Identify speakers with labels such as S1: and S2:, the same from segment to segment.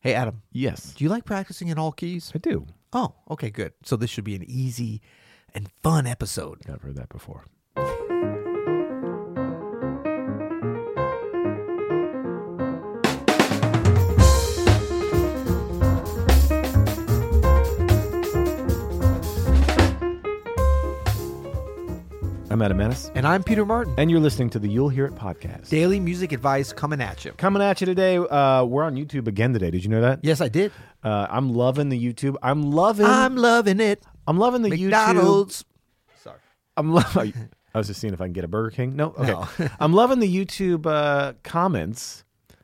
S1: Hey, Adam,
S2: Yes,
S1: do you like practicing in all keys?
S2: I do.
S1: Oh, okay, good. So this should be an easy and fun episode.
S2: I've heard that before. I'm Adam Menace,
S1: And I'm Peter Martin.
S2: and you're listening to the You'll Hear It podcast.
S1: Daily music advice coming at you.
S2: Coming at you today, uh, we're on YouTube again today. Did you know that?
S1: Yes, I did.
S2: Uh, I'm loving the YouTube. I'm loving. I'm,
S1: I'm loving it.
S2: loving the YouTube.
S1: McDonald's. Sorry.
S2: I'm loving. Oh, I was just seeing if I can get a Burger King. No, okay. I'm loving the YouTube uh, comments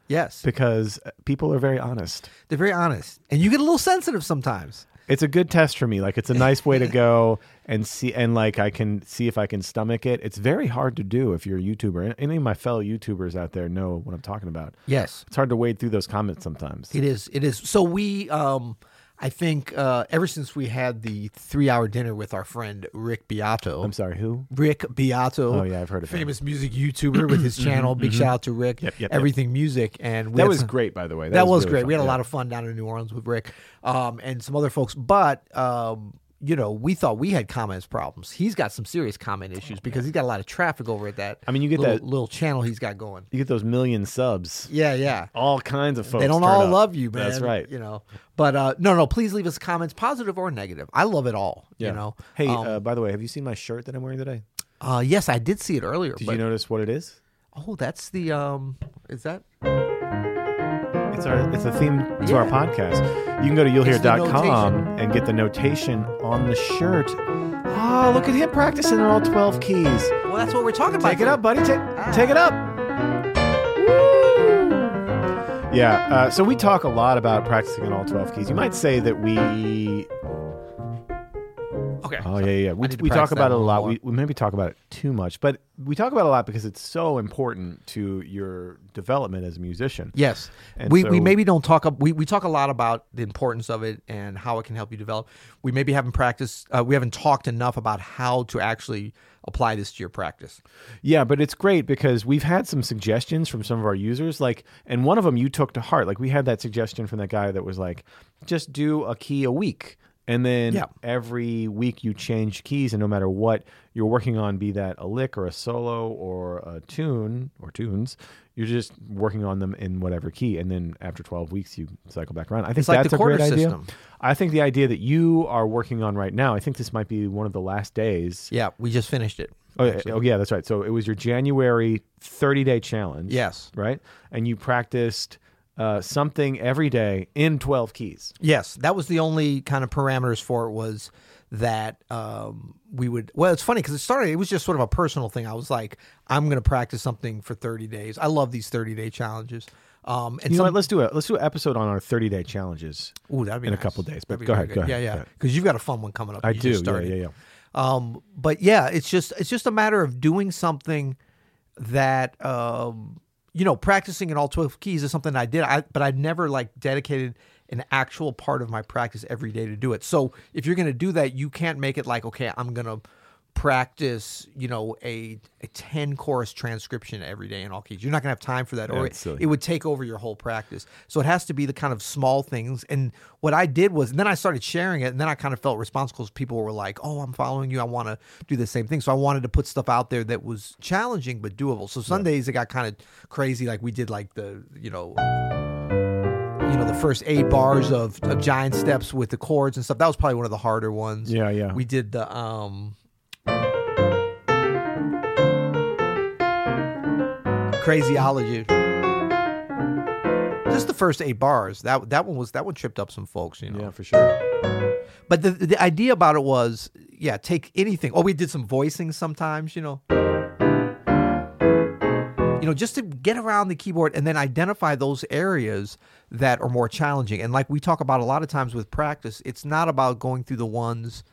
S1: Yes.
S2: because uh, people are very honest.
S1: They're very honest. And you get a little sensitive sometimes.
S2: It's a good test for me. Like it's a nice way to go and see, and like I can see if I can stomach it. It's very hard to do if you're a YouTuber. And Any of my fellow YouTubers out there know what I'm talking about.
S1: Yes.
S2: It's hard to wade through those comments sometimes.
S1: It is. It is. So we, um, I think, uh, ever since we had the three-hour dinner with our friend Rick Beato,
S2: I'm sorry, who?
S1: Rick Beato.
S2: Oh, yeah, I've heard of him. Mm-hmm.
S1: famous music YouTuber with his channel. Big shout out to Rick.
S2: yep, yep.
S1: Everything music, and we
S2: That
S1: had
S2: was
S1: some-
S2: great, by the way.
S1: That, was,
S2: really
S1: great.
S2: fun.
S1: We had a
S2: Yeah.
S1: lot of fun down in New Orleans with Rick um, and some other folks, but. Um, you know, we thought we had comments problems. He's got some serious comment issues because he's got a lot of traffic over at that.
S2: Oh, I mean, you get
S1: little,
S2: that-
S1: little channel he's got going.
S2: You get those million subs.
S1: Yeah, yeah.
S2: All kinds of folks.
S1: They don't
S2: turn
S1: all
S2: up.
S1: love you, man.
S2: That's right.
S1: You know, but uh, no, no. Please leave us comments, positive or negative. I love it all. You know.
S2: Hey,
S1: Um,
S2: uh, by the way, have you seen my shirt that I'm wearing today?
S1: uh, yes, I did see it earlier.
S2: Did
S1: but,
S2: you notice what it is?
S1: Oh, that's the um. Is that
S2: It's our it's a theme to our
S1: Yeah.
S2: podcast. You can go to
S1: It's the
S2: you'llhear.com and get the notation on the shirt. Ah, look at him practicing on all 12 keys.
S1: Well, that's what we're talking about.
S2: Take it up, buddy. Take take it up. Yeah, uh, so we talk a lot about practicing on all 12 keys. You might say that we
S1: Okay.
S2: Oh yeah, yeah. yeah. We,
S1: need to
S2: we
S1: practice
S2: talk
S1: that
S2: about it a
S1: a little
S2: lot.
S1: more.
S2: We, we maybe talk about it too much, but we talk about it a lot because it's so important to your development as a musician.
S1: Yes.
S2: And
S1: we, we
S2: so-
S1: maybe don't talk up we, we talk a lot about the importance of it and how it can help you develop. We maybe haven't practiced uh, we haven't talked enough about how to actually apply this to your practice.
S2: Yeah, but it's great because we've had some suggestions from some of our users, like, and one of them you took to heart. Like, we had that suggestion from that guy that was like, just do a key a week. And then
S1: Yeah.
S2: every week you change keys, and no matter what you're working on, be that a lick or a solo or a tune or tunes, you're just working on them in whatever key. And then after 12 weeks, you cycle back around. I think
S1: It's like the
S2: that's a great
S1: quarter
S2: idea.
S1: system.
S2: I think the idea that you are working on right now, I think this might be one of the last days
S1: Yeah, we just finished it.
S2: Oh, yeah, oh yeah, that's right. So it was your January 30 day challenge.
S1: Yes.
S2: Right? And you practiced uh, something every day in 12 keys.
S1: Yes, that was the only kind of parameters for it was that um, we would. Well, it's funny because it started. It was just sort of a personal thing. I was like, I'm going to practice something for 30 days. I love these 30 day challenges. Um, and
S2: You know
S1: some,
S2: what? Let's do a let's do an episode on our 30 day challenges.
S1: ooh, that'd be
S2: in a
S1: nice.
S2: couple days, but
S1: That'd be
S2: go
S1: very
S2: ahead, go
S1: good.
S2: ahead,
S1: Yeah,
S2: go
S1: yeah,
S2: ahead.
S1: because you've got a fun one coming up.
S2: I
S1: You just
S2: do. Yeah,
S1: started.
S2: yeah, yeah.
S1: Um, but yeah, it's just it's just a matter of doing something that um, you know, practicing in all twelve keys is something I did. I but I never like dedicated an actual part of my practice every day to do it. So if you're gonna do that, you can't make it like okay, I'm gonna practice you know a, a 10 chorus transcription every day in all keys you're not going to have time for that or
S2: it's silly.
S1: it would take over your whole practice. So it has to be the kind of small things. And what I did was, and then I started sharing it, and then I kind of felt responsible because people were like, "Oh, I'm following you. I want to do the same thing." So I wanted to put stuff out there that was challenging but doable. So Sundays it got kind of crazy. Like we did like the you know. You know the first eight bars of, of giant steps with the chords and stuff. That was probably one of the harder ones.
S2: Yeah, yeah.
S1: We did the um crazyology. Just the first eight bars. That that one was that one tripped up some folks, you know.
S2: Yeah, for sure.
S1: But the the idea about it was, yeah, take anything. Oh, we did some voicing sometimes, you know. You know, just to get around the keyboard and then identify those areas that are more challenging. And like we talk about a lot of times with practice, it's not about going through the ones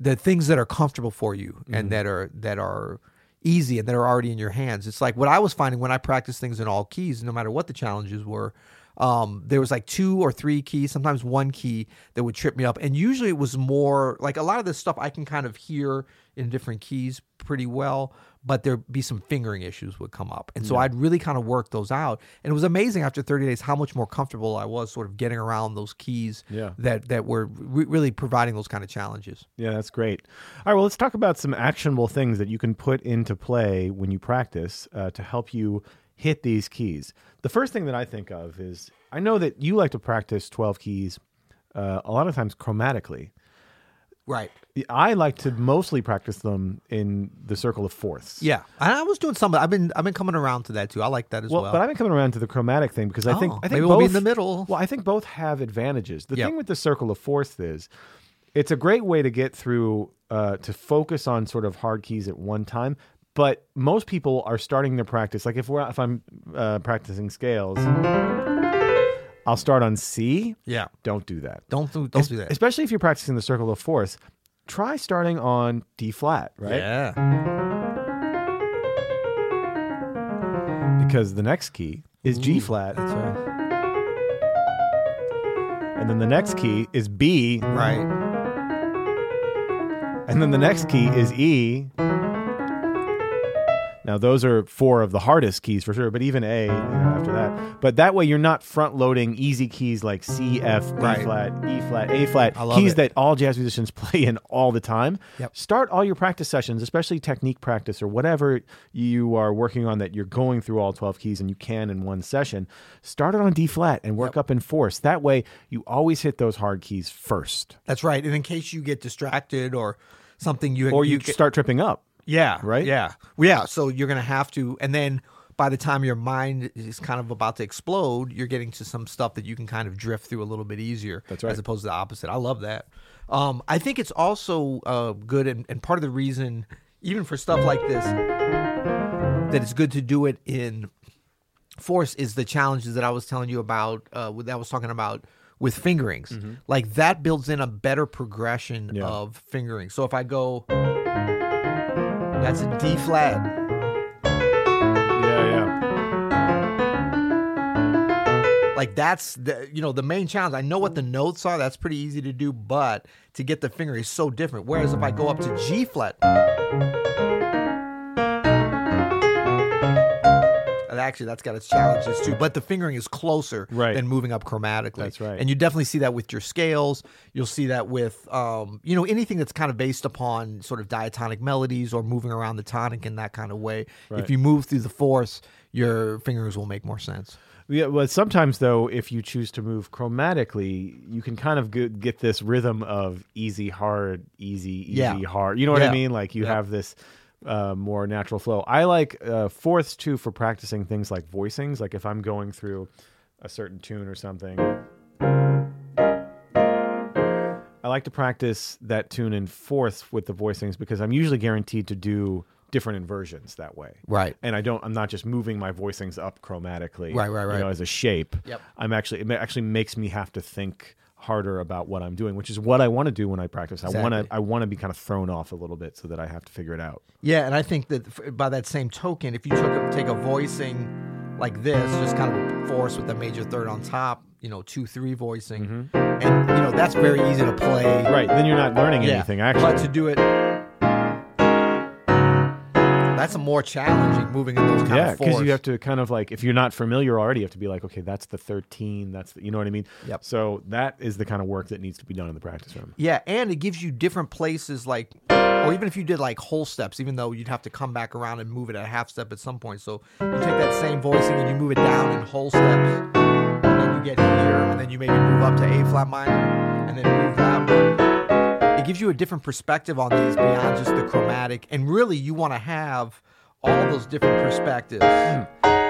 S1: the things that are comfortable for you and that are that are easy and that are already in your hands. It's like what I was finding when I practiced things in all keys, no matter what the challenges were. um, there was like two or three keys, sometimes one key that would trip me up. And usually it was more like a lot of this stuff I can kind of hear in different keys pretty well, but there'd be some fingering issues would come up. And so I'd really kind of work those out. And it was amazing after 30 days how much more comfortable I was sort of getting around those keys
S2: Yeah.
S1: that, that were re- really providing those kind of challenges.
S2: Yeah, that's great. All right, well, let's talk about some actionable things that you can put into play when you practice uh, to help you hit these keys. The first thing that I think of is I know that you like to practice 12 keys uh, a lot of times chromatically.
S1: Right.
S2: I like to mostly practice them in the circle of fourths.
S1: Yeah. And I was doing some of I've been, I've been coming around to that too. I like that as well.
S2: Well, but I've been coming around to the chromatic thing because I think
S1: Oh,
S2: I think
S1: maybe
S2: both,
S1: we'll be in the middle.
S2: Well, I think both have advantages. The
S1: Yeah.
S2: thing with the circle of fourths is, it's a great way to get through uh, to focus on sort of hard keys at one time. But most people are starting their practice. Like if we're if I'm uh, practicing scales, I'll start on C.
S1: yeah.
S2: Don't do that.
S1: Don't, do- don't do that.
S2: Especially if you're practicing the circle of fourths, try starting on D flat, right?
S1: Yeah.
S2: Because the next key is G flat,
S1: That's right.
S2: and then the next key is B,
S1: Right.
S2: And then the next key is E. Now those are four of the hardest keys for sure, but even A you know, after that. But that way you're not front loading easy keys like C, F, B
S1: Right.
S2: flat, E flat, A flat,
S1: I love
S2: keys
S1: it.
S2: that all jazz musicians play in all the time.
S1: Yep.
S2: Start all your practice sessions, especially technique practice or whatever you are working on that you're going through all 12 keys and you can in one session. Start it on D flat and work up in fourths. That way you always hit those hard keys first
S1: That's right. And in case you get distracted or something, you
S2: or you,
S1: get-
S2: start tripping up.
S1: Yeah.
S2: Right?
S1: Yeah. Well, Yeah. So you're going to have to, and then by the time your mind is kind of about to explode, you're getting to some stuff that you can kind of drift through a little bit easier. That's
S2: right.
S1: As opposed to the opposite. I love that. Um, I think it's also uh, good, and, and part of the reason, even for stuff like this, that it's good to do it in force is the challenges that I was telling you about uh, with- that I was talking about with fingerings. Like that builds in a better progression
S2: Yeah.
S1: of fingering. So if I go, that's a D flat.
S2: Yeah, yeah.
S1: Like that's the you know the main challenge. I know what the notes are. That's pretty easy to do, but to get the finger is so different. Whereas if I go up to G flat, and actually that's got its challenges too. But the fingering is closer
S2: Right.
S1: than moving up chromatically.
S2: That's right.
S1: And you definitely see that with your scales. You'll see that with um you know anything that's kind of based upon sort of diatonic melodies or moving around the tonic in that kind of way.
S2: Right.
S1: If you move through the force, your fingers will make more sense.
S2: Yeah, well, sometimes though, if you choose to move chromatically, you can kind of get, get this rhythm of easy, hard, easy, easy,
S1: Yeah.
S2: hard. You know what I
S1: Yeah.
S2: mean? Like you have this uh, more natural flow. I like uh, fourths too for practicing things like voicings. Like if I'm going through a certain tune or something, I like to practice that tune in fourths with the voicings because I'm usually guaranteed to do different inversions that way
S1: Right.
S2: and I don't. I'm not just moving my voicings up chromatically,
S1: Right, right,
S2: you
S1: right.
S2: know, as a shape.
S1: Yep.
S2: I'm actually it ma- actually makes me have to think harder about what I'm doing, which is what I want to do when I practice. I want to
S1: Exactly.
S2: I want to be kind of thrown off a little bit so that I have to figure it out.
S1: Yeah, and I think that f- by that same token, if you took a, take a voicing like this, just kind of force with the major third on top, you know, two three voicing, and you know that's very easy to play.
S2: Mm-hmm. Right. Then you're not learning
S1: Yeah.
S2: anything
S1: But
S2: actually.
S1: to do it, that's a more challenging moving in those kind
S2: yeah,
S1: of fours.
S2: because you have to kind of like if you're not familiar already, you have to be like, okay, that's the 13. That's the, you know what I mean.
S1: Yep.
S2: So that is the kind of work that needs to be done in the practice room.
S1: Yeah, and it gives you different places, like, or even if you did like whole steps, even though you'd have to come back around and move it at a half step at some point. So you take that same voicing and you move it down in whole steps, and then you get here, and then you maybe move up to A flat minor, and then move that one. It gives you a different perspective on these beyond just the chromatic, and really you want to have all those different perspectives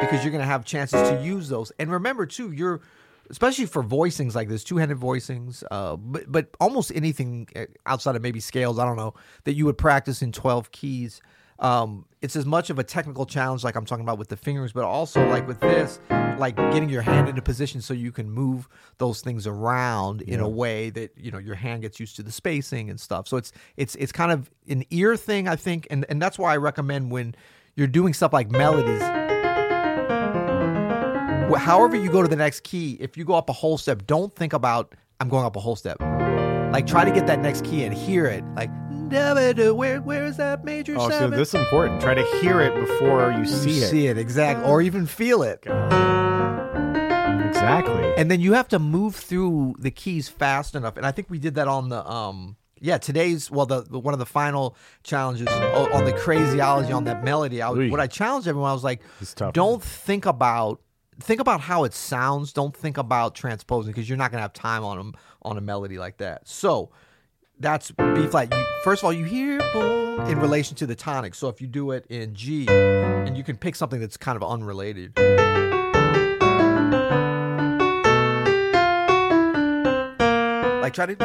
S1: because you're going to have chances to use those. And remember too, you're especially for voicings like this, two-handed voicings, uh, but but almost anything uh, outside of maybe scales, I don't know, that you would practice in 12 keys. Um, it's as much of a technical challenge like I'm talking about with the fingers, but also like with this, like getting your hand into position so you can move those things around in a way that you know your hand gets used to the spacing and stuff. So it's it's it's kind of an ear thing, I think, and and that's why I recommend when you're doing stuff like melodies wh- however you go to the next key, if you go up a whole step, don't think about I'm going up a whole step. Like try to get that next key and hear it. Like "Da-ba-da, where where is that major
S2: Oh, so
S1: seven?
S2: this is important. Try to hear it before you
S1: you
S2: see it.
S1: see it exactly, or even feel it.
S2: Exactly.
S1: and then you have to move through the keys fast enough and i think we did that on the um yeah today's well the, the- one of the final challenges o- on the craziology on that melody I, was-
S2: Ooh.
S1: what i challenged everyone i was like
S2: It's tough.
S1: don't think about think about how it sounds don't think about transposing because you're not going to have time on a, on a melody like that so that's B flat. You, first of all, you hear boom in relation to the tonic. So if you do it in G, and you can pick something that's kind of unrelated. Like try to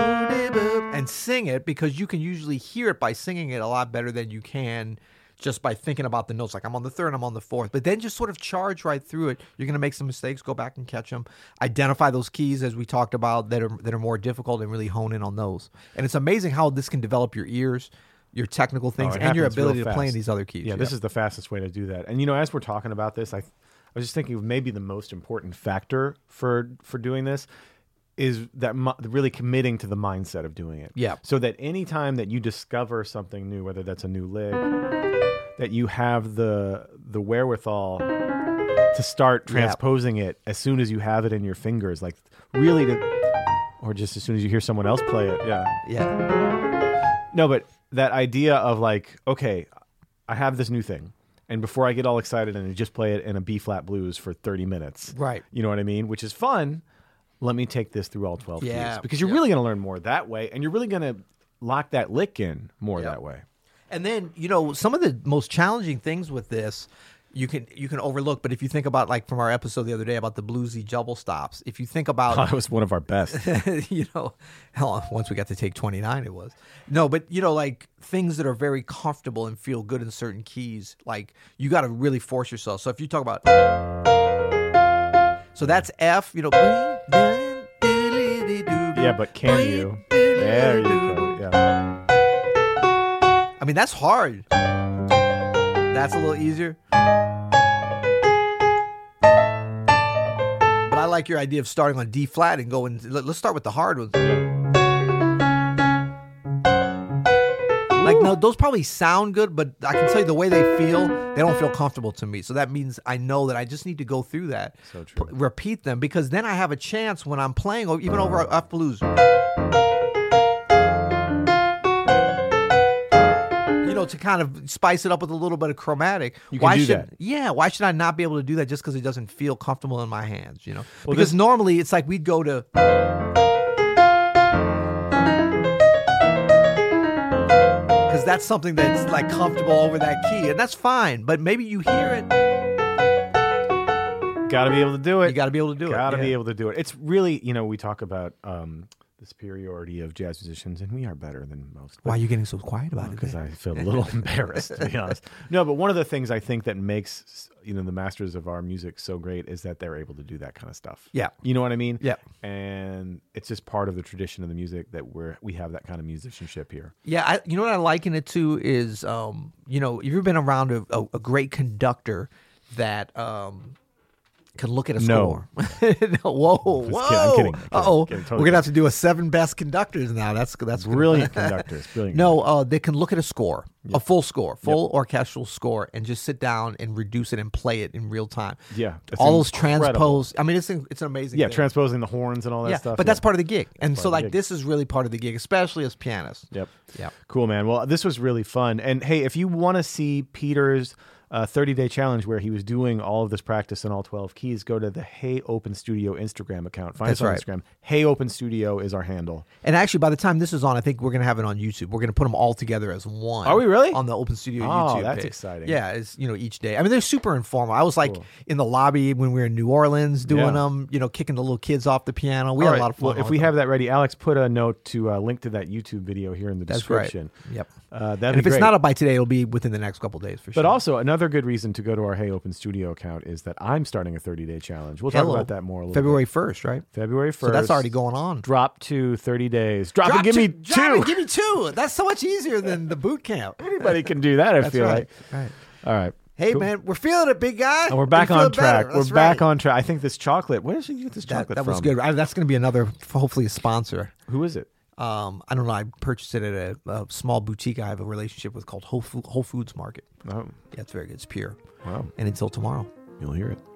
S1: and sing it because you can usually hear it by singing it a lot better than you can just by thinking about the notes. Like I'm on the third, I'm on the fourth, but then just sort of charge right through it. You're gonna make some mistakes. Go back and catch them. Identify those keys as we talked about that are that are more difficult and really hone in on those. And it's amazing how this can develop your ears, your technical things,
S2: Oh, it
S1: and your
S2: happens real
S1: ability to play in
S2: fast.
S1: these other keys.
S2: Yeah, this is the fastest way to do that. And you know, as we're talking about this, I, I was just thinking of maybe the most important factor for for doing this is that mi- really committing to the mindset of doing it.
S1: Yeah.
S2: So that any time that you discover something new, whether that's a new lick, that you have the the wherewithal to start transposing it as soon as you have it in your fingers, like really to, or just as soon as you hear someone else play it. Yeah.
S1: yeah,
S2: No, but that idea of like, okay, I have this new thing, and before I get all excited and just play it in a B flat blues for thirty minutes,
S1: Right.
S2: You know what I mean? Which is fun. Let me take this through all twelve
S1: Yeah,
S2: keys because you're really going to learn more that way, and you're really going to lock that lick in more that way.
S1: and then you know some of the most challenging things with this. You can you can overlook, but if you think about like from our episode the other day about the bluesy double stops, if you think about
S2: Thought it was one of our best.
S1: you know, hell, once we got to take 29, it was. No, but, you know, like things that are very comfortable and feel good in certain keys, like you got to really force yourself. So if you talk about. So that's F, you know.
S2: yeah,
S1: Yeah,
S2: but can you? There you go. Yeah,
S1: I mean, that's hard. That's a little easier. But I like your idea of starting on D flat and going. let- Let's start with the hard ones. Like now, those probably sound good, but I can tell you the way they feel, they don't feel comfortable to me. So that means I know that I just need to go through that,
S2: So true.
S1: p- repeat them, because then I have a chance when I'm playing, or even over a F blues. you know, to kind of spice it up with a little bit of chromatic.
S2: You can
S1: why
S2: do
S1: should
S2: that.
S1: yeah? Why should I not be able to do that just because it doesn't feel comfortable in my hands? You know,
S2: Well,
S1: because
S2: this-
S1: normally it's like we'd go to. Because that's something that's like comfortable over that key, and that's fine. But maybe you hear it,
S2: got to be able to do it.
S1: you got to be able to do
S2: Gotta
S1: it.
S2: be
S1: Yeah.
S2: able to do it. It's really, you know, we talk about um, the superiority of jazz musicians, and we are better than most.
S1: Why are you getting so quiet about it?
S2: because I feel a little embarrassed to be honest. No, but one of the things I think that makes you know the masters of our music so great is that they're able to do that kind of stuff.
S1: Yeah.
S2: you know what I mean.
S1: Yeah.
S2: and it's just part of the tradition of the music that we're we have that kind of musicianship here.
S1: Yeah, I, you know what I liken it to is, um, you know, you've been around a, a, a great conductor that um, can look at a
S2: No.
S1: score. no, whoa,
S2: kidding,
S1: whoa,
S2: I'm kidding, I'm kidding,
S1: oh,
S2: kidding, totally
S1: we're gonna have to do a seven best conductors now. That's that's gonna-
S2: Brilliant conductors, brilliant.
S1: No, uh, they can look at a score, a full score, full orchestral score, and just sit down and reduce it and play it in real time.
S2: Yeah, it's
S1: all those
S2: incredible.
S1: transpose. I mean, it's an- it's an amazing.
S2: yeah,
S1: thing.
S2: transposing the horns and all that
S1: yeah,
S2: stuff.
S1: but
S2: yeah.
S1: that's part of the gig, and so
S2: of the
S1: like
S2: gig.
S1: this is really part of the gig, especially as pianists.
S2: Yep.
S1: Yeah.
S2: Cool, man. Well, this was really fun. And hey, if you want to see Peter's uh, 30 day challenge where he was doing all of this practice in all 12 keys, go to the Hey Open Studio Instagram account. Find
S1: That's
S2: us on
S1: right.
S2: Instagram. Hey Open Studio is our handle.
S1: And actually, by the time this is on, I think we're gonna have it on YouTube. We're gonna put them all together as one.
S2: Are we really?
S1: on the Open Studio
S2: Oh,
S1: YouTube?
S2: that's
S1: page.
S2: exciting.
S1: Yeah, it's you know each day. I mean, they're super informal. I was like in the lobby when we were in New Orleans doing
S2: Yeah.
S1: them. You know, kicking the little kids off the piano. We had
S2: All right.
S1: a lot of fun.
S2: Well, if
S1: with
S2: we
S1: them.
S2: have that ready, Alex, put a note to uh, link to that YouTube video here in the
S1: that's right.
S2: description.
S1: Yep.
S2: Uh, that'd
S1: and if
S2: be
S1: it's
S2: great.
S1: not up by today, it'll be within the next couple days for sure.
S2: But also another good reason to go to our Hey Open Studio account is that I'm starting a 30 day challenge. We'll
S1: Hello.
S2: talk about that more a little
S1: February first, right?
S2: bit. February 1st.
S1: So that's already going on.
S2: Drop to 30 days. Drop,
S1: Drop
S2: it. Give
S1: two-
S2: me
S1: drop
S2: two.
S1: it, give me two. That's so much easier than the boot camp.
S2: Anybody can do that. I feel
S1: right.
S2: like. All right.
S1: Hey man, we're feeling it, big guy.
S2: And we're back
S1: We feel
S2: on
S1: it better.
S2: track. We're
S1: That's
S2: back
S1: right.
S2: on track. I think this chocolate. Where did you get this
S1: That,
S2: chocolate
S1: that
S2: from?
S1: was good. I, that's going to be another, hopefully, a sponsor.
S2: Who is it?
S1: Um, I don't know. I purchased it at a, a small boutique I have a relationship with called Whole, Fo- Whole Foods Market.
S2: Oh,
S1: Yeah, it's very good. It's pure.
S2: wow.
S1: And until tomorrow.
S2: You'll hear it.